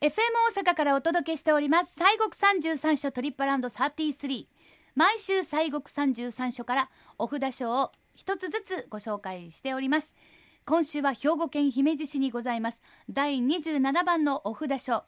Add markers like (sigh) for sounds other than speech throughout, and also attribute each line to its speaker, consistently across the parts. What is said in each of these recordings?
Speaker 1: FM 大阪からお届けしております西国三十三所トリップアラウンド33毎週西国三十三所からお札賞を一つずつご紹介しております今週は兵庫県姫路市にございます第27番のお札賞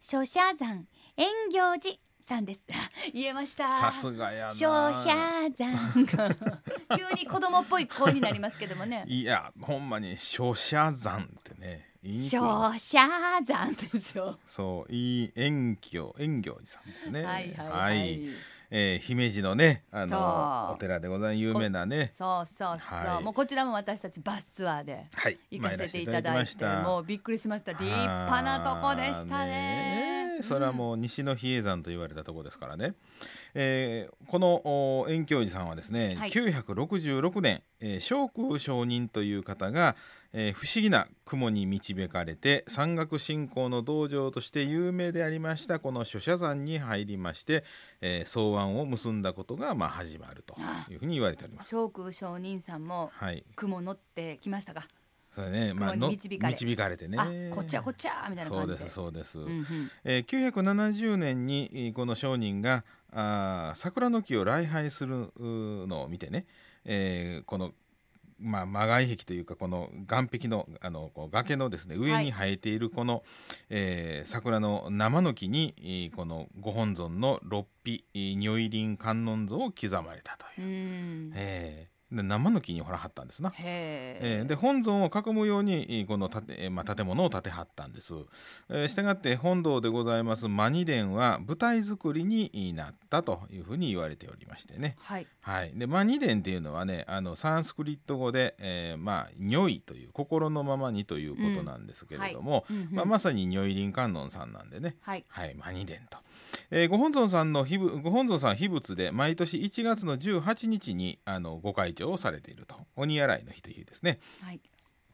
Speaker 1: 書写山遠行寺さんです (laughs) 言えました
Speaker 2: さすがやな
Speaker 1: 書写山 (laughs) 急に子供っぽい声になりますけどもね
Speaker 2: いやほんまに書写山ってね言いにくい
Speaker 1: 書写山ですよ
Speaker 2: そういい遠行遠行寺さんですね
Speaker 1: はいはいは
Speaker 2: はいいえー姫路のねあ
Speaker 1: そ
Speaker 2: の
Speaker 1: う
Speaker 2: お寺でございます有名なね
Speaker 1: そうそうそう、
Speaker 2: はい
Speaker 1: もうこちらも私たちバスツアーで
Speaker 2: はい
Speaker 1: 行かせていただいてもうびっくりしました立派なとこでしたね
Speaker 2: あーえそれはもう西の比叡山と言われたとこですからね、えーこのお遠教寺さんはですね、
Speaker 1: はい
Speaker 2: 966年、えー、昇空上人という方が、えー不思議な雲に導かれて山岳信仰の道場として有名でありましたこの諸社山に入りまして、えー草案を結んだことがまあ始まるというふうに言われております。
Speaker 1: 昇空上人さんも
Speaker 2: はい、
Speaker 1: 雲乗ってきましたが、
Speaker 2: それね、まあ、
Speaker 1: 雲
Speaker 2: の
Speaker 1: に導かれ
Speaker 2: 導かれてね
Speaker 1: あこっちはこっちはみたいな
Speaker 2: そう
Speaker 1: 感じ
Speaker 2: で
Speaker 1: です
Speaker 2: そうです、
Speaker 1: うんうん
Speaker 2: えー970年にえーこの商人があー桜の木を礼拝するうーのを見てね、えーこの、まあ、魔外壁というかこの岸壁のあのこう崖のですね上に生えているこの、えー桜の生の木にえーこのご本尊の六臂えー如意輪観音像を刻まれたと
Speaker 1: う
Speaker 2: いう、
Speaker 1: ん
Speaker 2: えーで生の木にほら貼ったんですな。
Speaker 1: へ
Speaker 2: え
Speaker 1: え
Speaker 2: ーで本尊を囲むようにえーこの建,、えーまあ、建物を建てはったんです、えー、したがって本堂でございますマニ殿は舞台作りになったというふうに言われておりましてね、
Speaker 1: はい
Speaker 2: はい、でマニ殿っていうのはねあのサンスクリット語で、えーまあ「如意」という心のままにということなんですけれども、
Speaker 1: うんうん
Speaker 2: まあ、まさに如意輪観音さんなんでね
Speaker 1: はい
Speaker 2: はい、マニデンと、えーご本尊さんの秘仏ご本尊さん秘仏で毎年1月の18日にあのご開帳をされていると鬼洗いの日というですね
Speaker 1: はい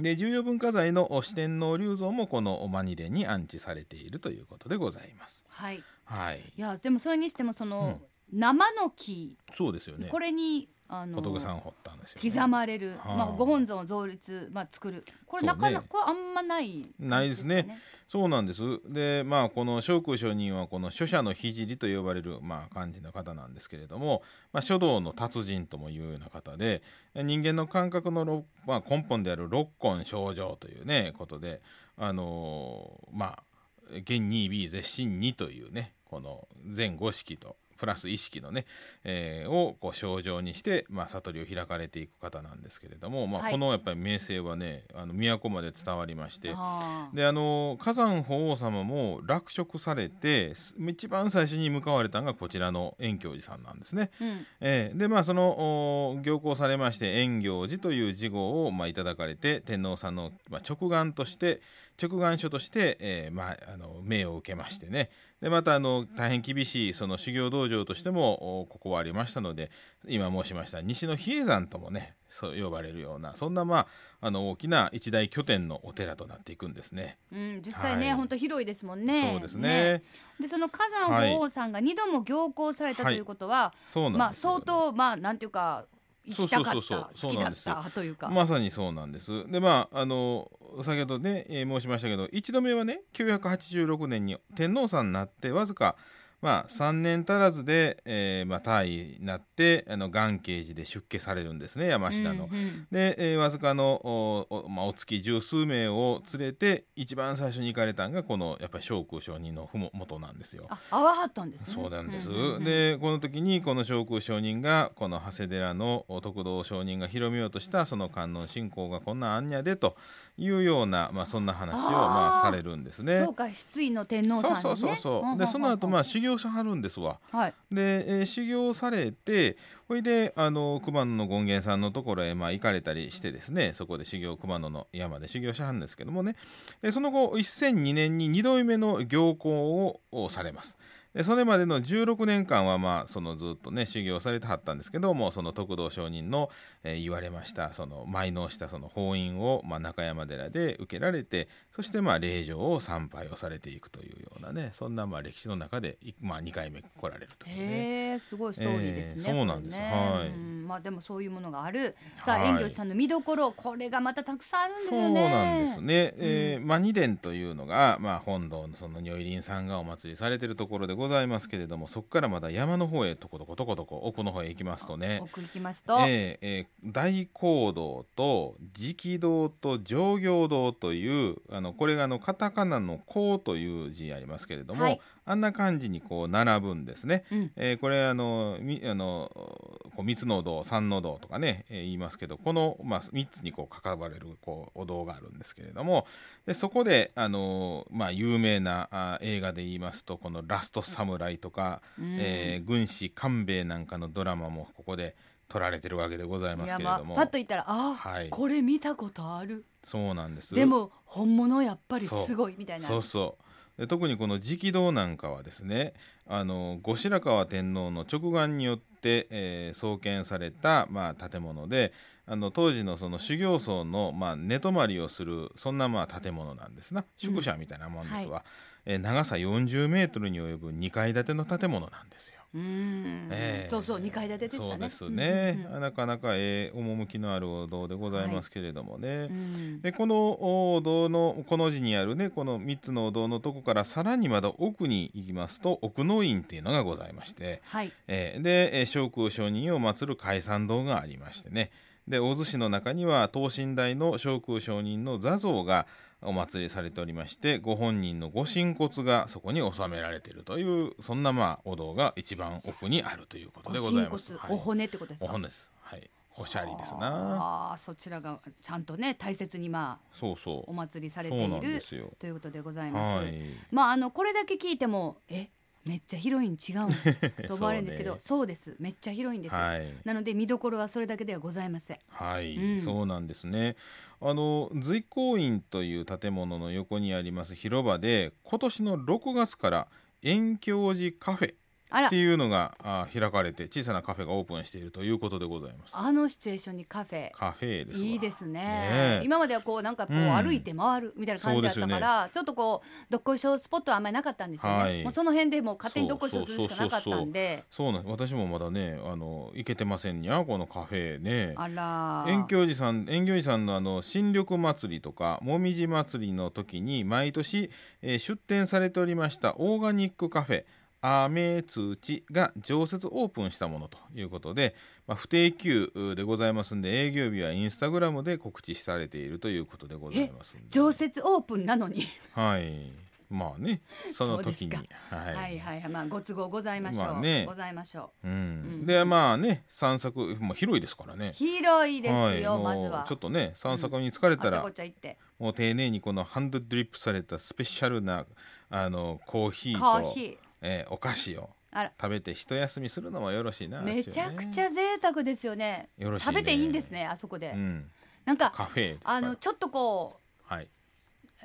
Speaker 2: で重要文化財のお四天王立像もこのマニデンに安置されているということでございます
Speaker 1: はい
Speaker 2: はい
Speaker 1: いやでもそれにしてもその、生の木
Speaker 2: そうですよね
Speaker 1: これにあの
Speaker 2: 仏さんを掘ったんですよ、ね、
Speaker 1: 刻まれる、
Speaker 2: はあ
Speaker 1: まあ、ご本尊を造立、まあ、作るこれなかなか、
Speaker 2: そうね
Speaker 1: これあんまない、
Speaker 2: ないですねそうなんですでまあこの聖空上人はこの書写の聖と呼ばれる、まあ、漢字の方なんですけれども、まあ、書道の達人ともいうような方で人間の感覚のろ、まあ、根本である六根症状というねことであのーまあ現 2B 絶身2というねこの全五式とプラス意識のね、えーをこう症状にして、まあ、悟りを開かれていく方なんですけれども、ま
Speaker 1: は
Speaker 2: あ、
Speaker 1: い
Speaker 2: このやっぱり名声はねあの都まで伝わりまして、
Speaker 1: ああ
Speaker 2: であの火山法王様も落職されてす一番最初に向かわれたのがこちらの円教寺さんなんですね。
Speaker 1: うん
Speaker 2: ええでまあそのお行幸されまして円行寺という事号を、まあ、いただかれて天皇さんの、まあ、直眼として直眼書として、ええまあ、あの命を受けましてねでまたあの大変厳しいその修行道場としてもおここはありましたので今申しました西の比叡山ともねそう呼ばれるようなそんな、まあ、あの大きな一大拠点のお寺となっていくんですね。
Speaker 1: うん、実際ね、
Speaker 2: はい
Speaker 1: 本当広いですもんね。
Speaker 2: そうですね
Speaker 1: で、その火山法王さんが二度も行幸されたと
Speaker 2: はい
Speaker 1: いうことは、
Speaker 2: そう
Speaker 1: ま
Speaker 2: なん
Speaker 1: あ
Speaker 2: ですよね
Speaker 1: 相当まあなんていうか行きたかった
Speaker 2: そうそうそうそう
Speaker 1: 好きだ
Speaker 2: そうなんですよ
Speaker 1: ったというか、
Speaker 2: まさにそうなんです。でまああの先ほどね、えー申しましたけど一度目はね986年に天皇さんになってわずか、まあ、3年足らずで、えーまあ、退位になってあの元慶寺で出家されるんですね山下の。
Speaker 1: うんうん
Speaker 2: で、えーわずかのおお,、まあ、お月十数名を連れて一番最初に行かれたのがこのやっぱり聖空上人のふも元なんですよ。
Speaker 1: あ、泡わはったんですね。
Speaker 2: そうなんです、
Speaker 1: うう
Speaker 2: でこの時にこの聖空上人がこの長谷寺の徳道上人が広めようとしたその観音信仰がこんなんあんにゃでというような、まあ、そんな話をまあ
Speaker 1: あー
Speaker 2: されるんですね。
Speaker 1: そうか、失意の天皇さんのね。
Speaker 2: そうそうそうそうでその後まあ修行しはるんですわ。
Speaker 1: あ、はい、
Speaker 2: で、えー修行されてほいであの熊野の権現さんのところへ、まあ、行かれたりしてですねそこで修行熊野の山で修行しはるんですけどもねでその後1002年に2度目の行幸ををされます。ででそれまでの16年間はまあそのずっとね修行されてはったんですけどもその徳道上人の、えー言われましたその埋納したその法印を、まあ、中山寺で受けられてそしてまあ霊場を参拝をされていくというようなねそんなまあ歴史の中で、いまあ、2回目来られるというね。
Speaker 1: へえ、すごいストーリーですね。
Speaker 2: ええそうなんです
Speaker 1: これね
Speaker 2: はい
Speaker 1: うんまあでもそういうものがある。さあ、
Speaker 2: はい
Speaker 1: 遠慮さんの見どころ、これがまたたくさんあるんです
Speaker 2: そう
Speaker 1: よね。
Speaker 2: なんです。ね、えーまあ、二殿というのが、まあ、本堂のその如意輪さんがお祭りされてるところでございますけれどもそこからまだ山の方へとことことことこ奥の方へ行きますとね、
Speaker 1: 奥行きます
Speaker 2: え
Speaker 1: と、
Speaker 2: ーえー大講堂と直堂と上行堂というあのこれがあのカタカナの「こう」という字ありますけれども、
Speaker 1: はい
Speaker 2: あんな感じにこう並ぶんですね。
Speaker 1: うん
Speaker 2: えーこれあのみあのこう三つのお堂三のお堂とかね、えー言いますけどこの、まあ、3つにこう関われるこうお堂があるんですけれどもでそこであの、まあ、有名なあ映画で言いますとこの「ラストサムライ」とか、
Speaker 1: うん
Speaker 2: えー軍師官兵衛なんかのドラマもここで撮られてるわけでございま
Speaker 1: い
Speaker 2: す
Speaker 1: や
Speaker 2: けれ
Speaker 1: まあ
Speaker 2: ども
Speaker 1: パッと言ったらあ、
Speaker 2: はい
Speaker 1: これ見たことある
Speaker 2: そうなんです
Speaker 1: でも本物やっぱりすごいみたいな
Speaker 2: そうそうで特にこの直道なんかはですねあの後白河天皇の直眼によって、えー創建された、まあ、建物であの当時のその修行僧の、まあ、寝泊まりをするそんな、まあ、建物なんですな宿舎みたいなもんですわ、
Speaker 1: うん
Speaker 2: えー長さ40メートルに及ぶ2階建ての建物なんですよ。
Speaker 1: うーん、
Speaker 2: ええ
Speaker 1: そうそう二階建てでしたね
Speaker 2: そうですね、
Speaker 1: うんうん
Speaker 2: なかなかええ趣のあるお堂でございますけれどもね、
Speaker 1: うん
Speaker 2: でこのお堂のこの字にあるねこの3つのお堂のとこからさらにまだ奥に行きますと奥の院っていうのがございまして、
Speaker 1: はい
Speaker 2: えーでえー聖空上人を祀る開山堂がありましてねで大洲市の中には等身大の聖空上人の座像がお祭りされておりましてご本人のご神骨がそこに収められているというそんなまあお堂が一番奥にあるということ
Speaker 1: ご
Speaker 2: でござ
Speaker 1: 神
Speaker 2: いま
Speaker 1: 骨
Speaker 2: す。
Speaker 1: お
Speaker 2: はい、
Speaker 1: 骨ってことです
Speaker 2: お
Speaker 1: か
Speaker 2: 本です。はい、おしゃれですな。
Speaker 1: あーそちらがちゃんとね大切にまあ
Speaker 2: そうそう
Speaker 1: お。祭りされて
Speaker 2: そうないんで
Speaker 1: る
Speaker 2: すよ
Speaker 1: ということでございます、
Speaker 2: はい。
Speaker 1: まああのこれだけ聞いてもえめっちゃヒロイン違うん
Speaker 2: (laughs)
Speaker 1: と思われるんですけどそう,、
Speaker 2: そうね
Speaker 1: ですめっちゃヒロインです、
Speaker 2: はい。
Speaker 1: なので見どころはそれだけではございません
Speaker 2: はい、
Speaker 1: うん
Speaker 2: そうなんですね。あの随行院という建物の横にあります広場で、今年の6月から遠教寺カフェ
Speaker 1: あら
Speaker 2: っていうのがあ開かれて、小さなカフェがオープンしているということでございます。
Speaker 1: あのシチュエーションにカフェ
Speaker 2: カフェですわ。
Speaker 1: いいですね
Speaker 2: ねえ
Speaker 1: 今まではこうなんかこう
Speaker 2: うん
Speaker 1: 歩いて回るみたいな感じだったから、ちょっとこうどっこいしょスポットはあんまりなかったんですよね、
Speaker 2: はい
Speaker 1: もうその辺でもう勝手にどっこいしょするしかなかったんで
Speaker 2: そうなん、私もまだね、あの行けてませんにゃ、このカフェね。
Speaker 1: あら
Speaker 2: 遠教寺さん遠教寺さんのあの新緑祭りとかもみじ祭りの時に毎年、えー出店されておりましたオーガニックカフェアメツチが常設オープンしたものということで、まあ、不定休でございますんで営業日はインスタグラムで告知されているということでございますんで
Speaker 1: 常設オープンなのに
Speaker 2: はいまあねその時に
Speaker 1: そうで
Speaker 2: は、
Speaker 1: はいいはいはいまあご都合ございましょう、
Speaker 2: まあね
Speaker 1: ございましょ
Speaker 2: うん
Speaker 1: うん
Speaker 2: でまあね散策もう広いですから
Speaker 1: う
Speaker 2: ね
Speaker 1: 広いですよ、
Speaker 2: はい
Speaker 1: まず
Speaker 2: もう
Speaker 1: は
Speaker 2: ちょっとね散策に疲れ
Speaker 1: あち
Speaker 2: たら、
Speaker 1: ゃこちゃ行って
Speaker 2: もう丁寧にこのハンドドリップされたスペシャルなあのコーヒーと
Speaker 1: コーヒー
Speaker 2: えーお菓子を
Speaker 1: あら
Speaker 2: 食べて一休みするのもよろしいな、
Speaker 1: めちゃくち
Speaker 2: ゃ、
Speaker 1: ゃ贅沢ですよね
Speaker 2: よろしいね
Speaker 1: 食べていいんですねあそこで、
Speaker 2: うん、
Speaker 1: なんか
Speaker 2: カフェですから
Speaker 1: あのちょっとこう
Speaker 2: はい、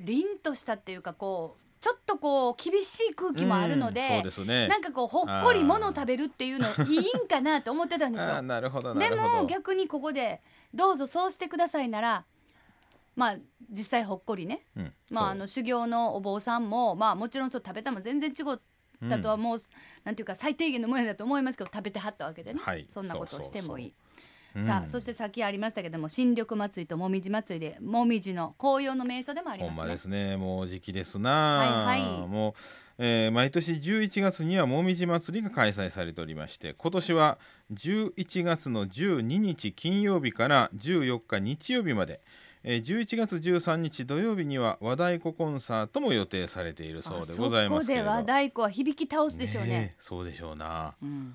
Speaker 1: 凛としたっていうかこうちょっとこう厳しい空気もあるので,、
Speaker 2: うんそうですね
Speaker 1: なんかこうほっこりもの食べるっていうのいいんかなと思ってたんです
Speaker 2: (laughs) あー
Speaker 1: よ。
Speaker 2: なるほどな
Speaker 1: で
Speaker 2: るほ
Speaker 1: も
Speaker 2: ど
Speaker 1: 逆にここで「どうぞそうしてください」ならまあ実際ほっこりね、
Speaker 2: うん
Speaker 1: まあ、あ
Speaker 2: そう
Speaker 1: の修行のお坊さんも、まあ、もちろんそう食べたも全然違ったとはもう、なんていうか最低限のものだと思いますけど食べてはったわけでね、
Speaker 2: はい
Speaker 1: そんなことをしてもいい。
Speaker 2: うん
Speaker 1: さあそしてさっきありましたけども新緑祭りともみじ祭りでもみじの紅葉の名所でもあり
Speaker 2: ほ
Speaker 1: ま
Speaker 2: ん
Speaker 1: す
Speaker 2: ま
Speaker 1: ね
Speaker 2: で。すねもう時期ですな、
Speaker 1: はいはい
Speaker 2: もう、えー毎年11月にはもみじ祭りが開催されておりまして今年は11月の12日金曜日から14日日曜日まで、えー11月13日土曜日には和太鼓コンサートも予定されているそうでございますけれど
Speaker 1: あそこで和太鼓は響き倒すでしょうね。
Speaker 2: ねえそうでしょうな
Speaker 1: うん、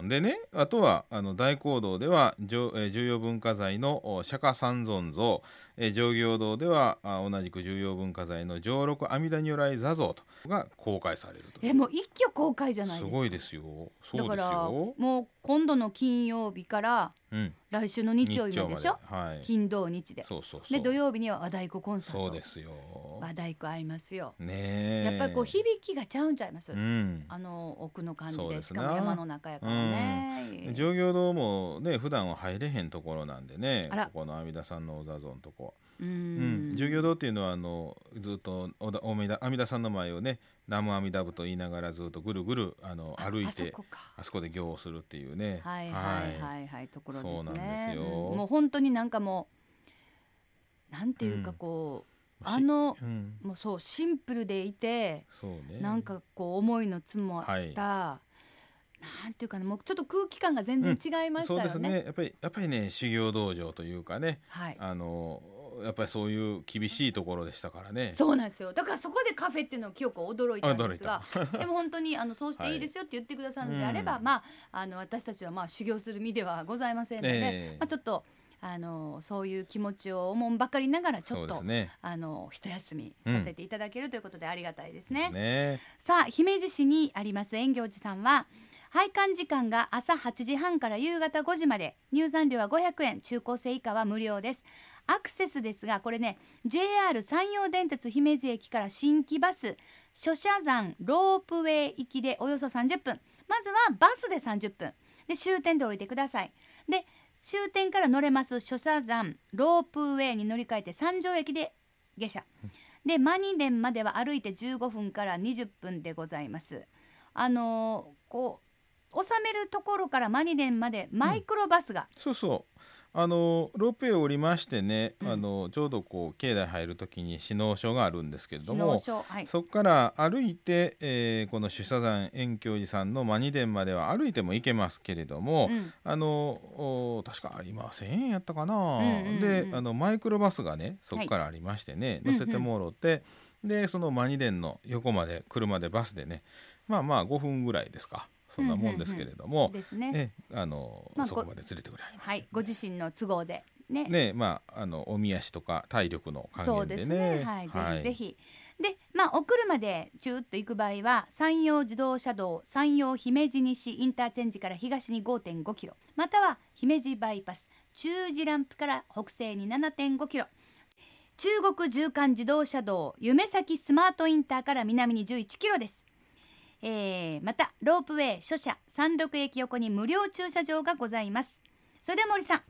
Speaker 2: うん、でねあとはあの大講堂ではじょえー重要文化財のお釈迦三尊像、えー上行堂ではあ同じく重要文化財の上六阿弥陀如来座像とが公開されると
Speaker 1: えもう一挙公開じゃないですすか。
Speaker 2: ごいですよそうです
Speaker 1: だから
Speaker 2: よ
Speaker 1: もう今度の金曜日から
Speaker 2: うん、
Speaker 1: 来週の日曜日まででしょ
Speaker 2: 日曜まではい
Speaker 1: 金土日で
Speaker 2: そうそうそう
Speaker 1: で土曜日には和太鼓コンサー
Speaker 2: そう
Speaker 1: ト
Speaker 2: ですよ
Speaker 1: 和太鼓合いますよ、
Speaker 2: ねえ
Speaker 1: やっぱりこう響きがちゃうんちゃいます、
Speaker 2: うん
Speaker 1: あの奥の感じ
Speaker 2: そう
Speaker 1: で
Speaker 2: ですな
Speaker 1: しかも山の中やからね、
Speaker 2: 上行堂もね普段は入れへんところなんでね
Speaker 1: あら
Speaker 2: ここの阿弥陀さんのお座像のとこ、
Speaker 1: うん
Speaker 2: うん、上行堂っていうのはあのずっとおだおめだ阿弥陀さんの前をね「南無阿弥陀仏」と言いながらずっとぐるぐるあの
Speaker 1: あ
Speaker 2: 歩い
Speaker 1: あそ
Speaker 2: て
Speaker 1: こか
Speaker 2: あそこで行をするっていうね
Speaker 1: はいはいはいはいところですね
Speaker 2: そうなんですよ
Speaker 1: うんもう本当になんかもうなんていうか
Speaker 2: うん
Speaker 1: こう、
Speaker 2: し
Speaker 1: あの
Speaker 2: うん、
Speaker 1: もうそうシンプルでいて、
Speaker 2: そうね
Speaker 1: なんかこう思いのつもあった、
Speaker 2: はい
Speaker 1: なんていうかなもうちょっと空気感が全然違いました
Speaker 2: そう
Speaker 1: よね,、
Speaker 2: ですねやっぱりやっぱりね修行道場というかね
Speaker 1: はい
Speaker 2: あのやっぱりそういう厳しいところでしたからね
Speaker 1: そうなんですよだからそこでカフェっていうのを清子は驚いたんですが (laughs) でも本当にあのそうしていいですよって言ってくださるのであれば、
Speaker 2: はいうん
Speaker 1: まああの私たちはまあ修行する身ではございませんので、
Speaker 2: ええ
Speaker 1: まあ、ちょっとあのそういう気持ちをおもんばかりながらち
Speaker 2: そ
Speaker 1: ょ
Speaker 2: う
Speaker 1: っ
Speaker 2: で
Speaker 1: と、
Speaker 2: すね
Speaker 1: あの一休みさせていただけるということでありがたいですね。
Speaker 2: ね
Speaker 1: さあ姫路市にあります遠行寺さんは配管時間が朝8時半から夕方5時まで入山料は500円中高生以下は無料ですアクセスですがこれね JR 山陽電鉄姫路駅から新規バス諸社山ロープウェイ行きでおよそ30分まずはバスで30分で終点で降りてくださいで終点から乗れます諸社山ロープウェイに乗り換えて三条駅で下車でマニデンまでは歩いて15分から20分でございます。あのーこう収めるところからマニデンまでマイクロバスが、
Speaker 2: そうそうあのロープウェイを降りましてね、
Speaker 1: うん
Speaker 2: あのちょうどこう境内入る時に指納所があるんですけれど
Speaker 1: 指納
Speaker 2: も
Speaker 1: 所はい
Speaker 2: そこから歩いて、えーこの主査山遠教寺さんのマニ殿までは歩いても行けますけれども、
Speaker 1: うん
Speaker 2: あのお確かありませんやったかな、
Speaker 1: んうんうん
Speaker 2: であのマイクロバスがねそこからありましてね、
Speaker 1: はい
Speaker 2: 乗せてもろて、でそのマニデンの横まで車でバスでねまあまあ5分ぐらいですかそんなもんですけれども、
Speaker 1: ですね。
Speaker 2: ねあの、
Speaker 1: まあ
Speaker 2: そこまで連れてくれはりました
Speaker 1: はいご自身の都合でね
Speaker 2: ねまああのおみ足とか体力の関
Speaker 1: そう
Speaker 2: 係
Speaker 1: で
Speaker 2: ですね
Speaker 1: ねはい、ぜひぜひ。でまあお車でチューッと行く場合は山陽自動車道山陽姫路西インターチェンジから東に5.5キロまたは姫路バイパス中次ランプから北西に7.5キロ中国縦貫自動車道夢咲スマートインターから南に11キロです。えーまたロープウェイ諸社三陸駅横に無料駐車場がございますそれでは森さん、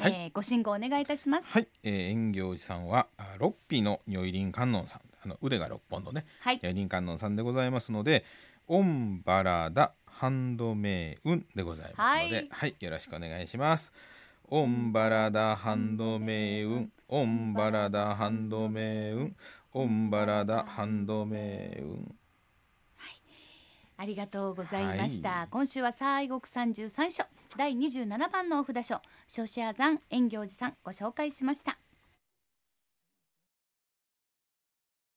Speaker 2: はい
Speaker 1: えーご信号お願いいたします
Speaker 2: はい、えー、遠行寺さんはあ六匹の如意輪観音さんあの腕が六本のね
Speaker 1: はい
Speaker 2: 如意輪観音さんでございますのでオンバラダハンドメイウンでございますので
Speaker 1: は
Speaker 2: はいい、よろしくお願いしますオンバラダハンドメイウンオンバラダハンドメイウンオンバラダハンドメイウン
Speaker 1: ありがとうございました。
Speaker 2: はい
Speaker 1: 今週は西国三十三所第二十七番のお札所、諸社山遠行寺さんご紹介しました。